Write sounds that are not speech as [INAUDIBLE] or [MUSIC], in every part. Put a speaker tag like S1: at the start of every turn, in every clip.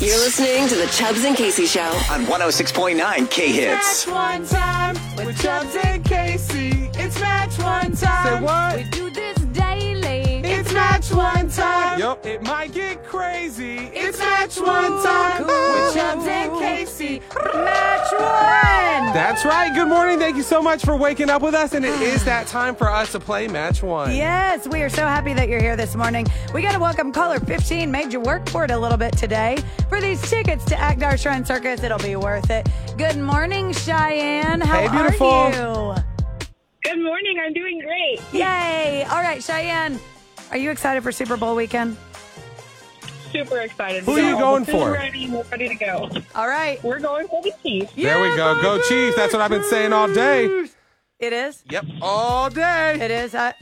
S1: You're listening to the Chubbs and Casey Show.
S2: on 106.9 K Hits.
S3: Match one time with Chubbs and Casey. It's match one time. Say what?
S4: do this daily.
S3: It's match one time.
S5: Yup.
S3: It might get crazy. It's match one time with Chubbs and Casey. Match one.
S5: That's right. Good morning. Thank you so much for waking up with us.
S3: [SIGHS]
S5: And it is that time for us to play Match One.
S6: Yes, we are so happy that you're here this morning. We got to welcome caller 15. Made you work for it a little bit today for these tickets to Akdar Shrine Circus. It'll be worth it. Good morning, Cheyenne. How
S5: Hey, beautiful.
S6: are
S7: Good morning. I'm doing great.
S6: you? Yay! All right, Cheyenne, are you excited for Super Bowl weekend?
S7: Super excited.
S5: Who are you going for?
S7: We're ready. We're ready to go.
S6: All right,
S7: We're going for the Chiefs.
S5: There we go. Go Chiefs. That's what I've been saying all day.
S6: it is.
S5: Yep. All day.
S6: It is. I,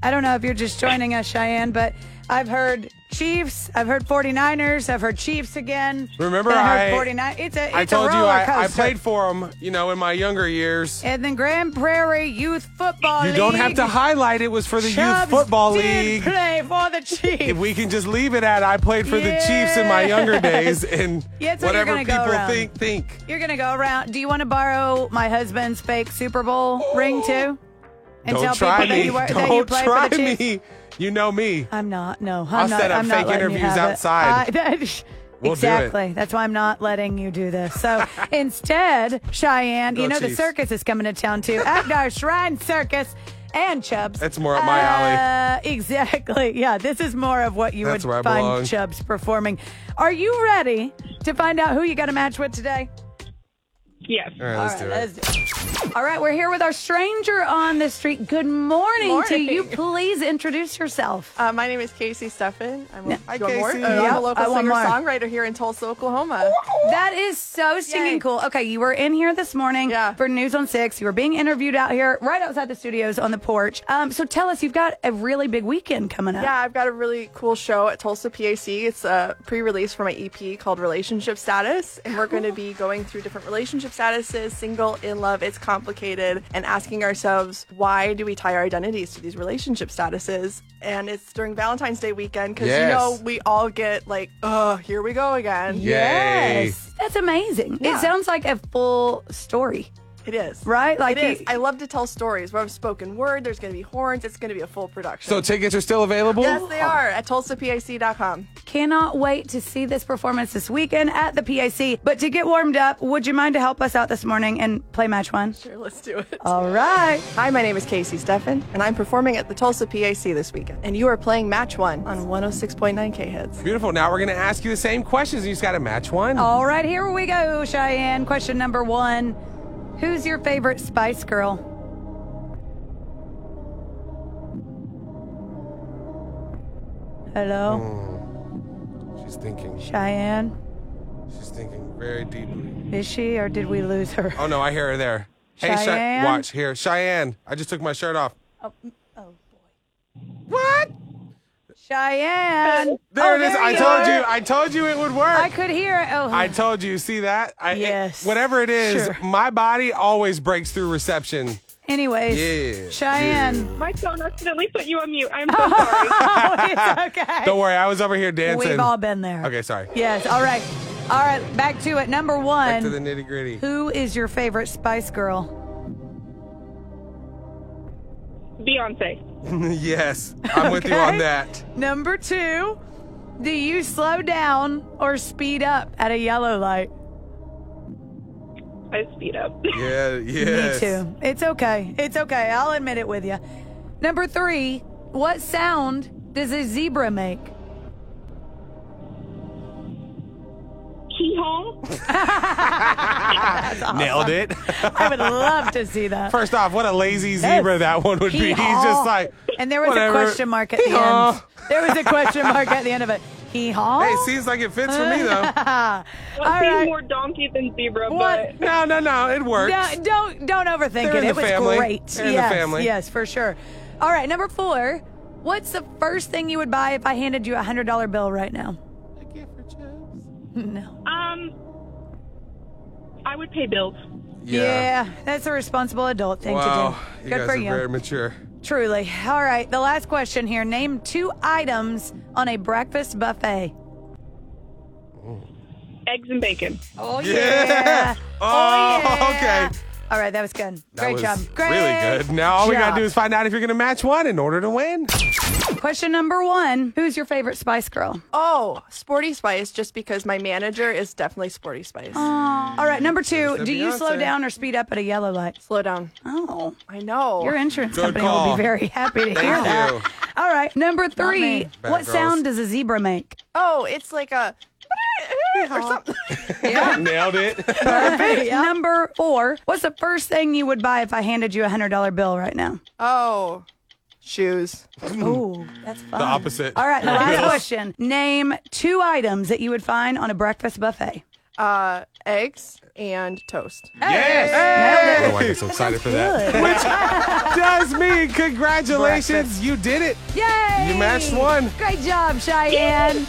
S6: I don't know if you're just joining us, Cheyenne, but I've heard Chiefs, I've heard 49ers, I've heard Chiefs again.
S5: Remember,
S6: then I
S5: I-
S6: heard 49. It's a, it's
S5: I told
S6: a
S5: you
S6: roller
S5: I, I
S6: coaster.
S5: played for them, you know, in my younger years.
S6: And then Grand Prairie Youth Football
S5: You
S6: League.
S5: don't have to highlight it was for the
S6: Chubbs
S5: Youth Football
S6: did
S5: League.
S6: play for
S5: [LAUGHS]
S6: the
S5: If
S6: Chiefs.
S5: we can just leave it at I played for the Chiefs in my
S6: [LAUGHS]
S5: younger days and
S6: Yeah, that's what you're
S5: whatever
S6: gonna go
S5: people
S6: around.
S5: think, think.
S6: You're gonna go around. Do you want to borrow my husband's fake Super Bowl ring too? And
S5: Oh. don't
S6: tell
S5: try
S6: people
S5: me.
S6: that you were, that you
S5: don't
S6: played
S5: try
S6: for the Chiefs.
S5: me. You know me.
S6: I'm not. No, I'm
S5: I'll
S6: not.
S5: set up
S6: I'm not
S5: fake
S6: letting you
S5: interviews
S6: have it.
S5: outside.
S6: I- [LAUGHS] that-
S5: We'll do it.
S6: exactly. That's why I'm not letting you do this.
S5: [LAUGHS]
S6: So instead, Cheyenne,
S5: Go
S6: you know
S5: Chiefs.
S6: the circus is coming to town too.
S5: [LAUGHS]
S6: Agdar Shrine Circus and Chubbs.
S5: That's more up my alley.
S6: Uh, [LAUGHS] exactly. Yeah, this is more of what you
S5: That's where I
S6: would
S5: belong.
S6: find Chubbs performing. Are you ready to find out who you got to match with today?
S7: Yes.
S5: All right, let's do it.
S6: do it. All right, we're here with our stranger on the street. Good morning, to
S8: Morning.
S6: you. Please introduce yourself.
S8: Uh, my name is Casey Steffen. I'm, a-
S5: Hi,
S8: do you want more?
S5: Casey.
S8: Uh, I'm
S6: Yeah,
S8: a local
S6: I want
S8: singer
S6: more.
S8: songwriter here in Tulsa, Oklahoma.
S6: That is so stinking
S8: Yay.
S6: cool. Okay, you were in here this morning
S8: Yeah.
S6: for News on Six. You were being interviewed out here, right outside the studios on the porch. Um, so tell us, you've got a really big weekend coming up.
S8: Yeah, I've got a really cool show at Tulsa PAC. It's a pre release for my EP called Relationship Status. And we're going to be going through different relationship statuses single, in love, it's complicated, and asking ourselves why do we tie our identities to these relationship statuses? And it's during Valentine's Day weekend because,
S5: Yes.
S8: you know, we all get like, oh, here we go again.
S5: Yay.
S6: Yes, that's amazing. It sounds like a full story.
S8: It is.
S6: Right? Like
S8: Like it is.
S6: you-
S8: I love to tell stories. We're spoken word. There's going to be horns. It's going to be a full production.
S5: So tickets are still available?
S8: yes, they are at TulsaPAC.com.
S6: Cannot wait to see this performance this weekend at the PAC. But to get warmed up, would you mind to help us out this morning and play match one?
S8: Sure, let's do it.
S6: All right.
S8: Hi, my name is Casey Steffen, and I'm performing at the Tulsa PAC this weekend. And you are playing Match One oh on 106.9 K Hits.
S5: Beautiful. Now we're going to ask you the same questions. You just got to match one.
S6: All right, here we go, Cheyenne. Question number one Who's your favorite Spice Girl?
S5: Hmm.
S6: Hello,
S5: She's thinking.
S6: Cheyenne.
S5: She's thinking very deeply.
S6: Is she or did we lose her?
S5: Oh no, I hear her there. Hey, Cheyenne.
S6: Cheyenne?
S5: watch here, Cheyenne. I just took my shirt off.
S6: Oh,
S5: What?
S6: Cheyenne.
S5: There
S6: Oh,
S5: it is. I
S6: you
S5: told
S6: are.
S5: you. I told you it would work.
S6: I could hear it. Oh,
S5: I told you. See that? I, it-
S6: Yes.
S5: whatever it is,
S6: Sure.
S5: my body always breaks through reception.
S6: anyways.
S5: Yeah. [LAUGHS]
S6: Cheyenne. [LAUGHS]
S7: My phone accidentally put you on mute. I'm so sorry.
S6: Oh, it's okay.
S5: Don't worry, I was over here dancing.
S6: We've all been there.
S5: Okay, sorry.
S6: Yes. All right. All right. Back to it. Number one.
S5: Back to the nitty gritty.
S6: Who is your favorite Spice Girl?
S7: Beyonce.
S5: [LAUGHS] yes, I'm with you on
S6: Okay.
S5: that.
S6: Number two, do you slow down or speed up at a yellow light?
S7: I
S5: [LAUGHS]
S7: speed up.
S5: Yeah, yes.
S6: Me too. It's okay. It's okay. I'll admit it with you. Number three, what sound does a zebra make?
S7: Hee haw.
S5: Nailed it.
S6: I would love to see
S5: [LAUGHS]
S6: that.
S5: First off, what a lazy zebra
S6: Yes.
S5: that one would be. He's
S6: Hee-haw.
S5: just like,
S6: and there was
S5: whatever.
S6: a question mark at the
S5: Hee-haw.
S6: end. There was a question mark at the end of it. Hee haw.
S5: Hey, seems like it fits for me
S6: [LAUGHS]
S5: though.
S7: Well,
S6: All
S7: seems
S6: right.
S7: more donkey than zebra,
S6: What?
S7: but
S5: No, no, no, it works.
S6: No, don't don't overthink
S5: They're in
S6: it.
S5: the
S6: it was
S5: family.
S6: great.
S5: They're in the
S6: yes,
S5: family.
S6: yes, for sure. All right, number four. What's the first thing you would buy if I handed you a hundred dollar bill right now? [LAUGHS] No.
S7: um, I would pay bills.
S6: Yeah. that's a responsible adult thing
S5: Wow,
S6: to
S5: you
S6: do. Good
S5: guys
S6: for
S5: are
S6: you.
S5: very mature.
S6: Truly. All right, the last question here. Name two items on a breakfast buffet.
S7: Eggs and bacon.
S6: Oh yeah. Oh,
S5: Oh,
S6: yeah.
S5: okay.
S6: All right, that was good.
S5: That
S6: Great
S5: was
S6: job. Great
S5: Really good. Now all we
S6: job.
S5: gotta do is find out if you're gonna match one in order to win.
S6: Question number one: Who's your favorite Spice Girl?
S8: Oh, Sporty Spice, just because my manager is definitely Sporty Spice.
S6: All right, number two:
S5: the
S6: Do you slow
S5: Beyonce.
S6: down or speed up at a yellow light?
S8: Slow down.
S6: Oh,
S8: I know.
S6: your insurance
S5: Good
S6: company will
S5: call.
S6: be very happy to hear that.
S5: you.
S6: All right, number three:
S5: Bad
S6: What
S5: girls.
S6: sound does a zebra make? [LAUGHS]
S8: oh, it's like a or something.
S5: Nailed it.
S6: [LAUGHS] Number four: What's the first thing you would buy if I handed you a hundred dollar bill right now?
S8: Oh, shoes.
S6: Oh, that's fun.
S5: The opposite. [LAUGHS]
S6: All right, the last question. Name two items that you would find on a breakfast buffet.
S8: Uh, eggs and toast.
S5: Yes.
S6: Nailed
S5: Oh, I get so excited for that.
S6: it.
S5: Does mean congratulations, you did it.
S6: Yay!
S5: You matched one.
S6: Great job, Cheyenne.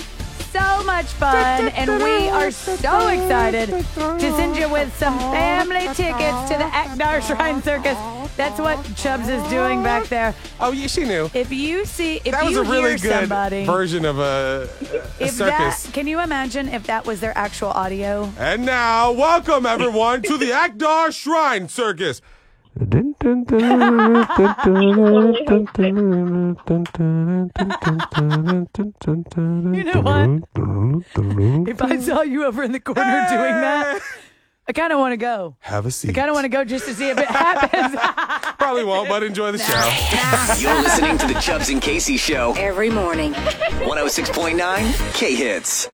S6: So much fun, and we are so excited to send you with some family tickets to the Akdar Shrine Circus. That's what Chubbs is doing back there.
S5: Oh, yeah, she knew.
S6: If you see, if
S5: That was
S6: you
S5: a really
S6: hear
S5: good
S6: somebody,
S5: version of a, a
S6: if
S5: circus.
S6: that, can you imagine if that was their actual audio?
S5: And now, welcome everyone to the Akdar Shrine Circus.
S6: You know what? If I saw you over in the corner doing that, I kind of want to go.
S5: Have a seat.
S6: I kind of want to go just to see if it happens.
S5: [LAUGHS] Probably won't, but enjoy the show.
S2: You're listening to the Chubbs and Casey Show,
S1: Every morning.
S2: 106.9 K Hits.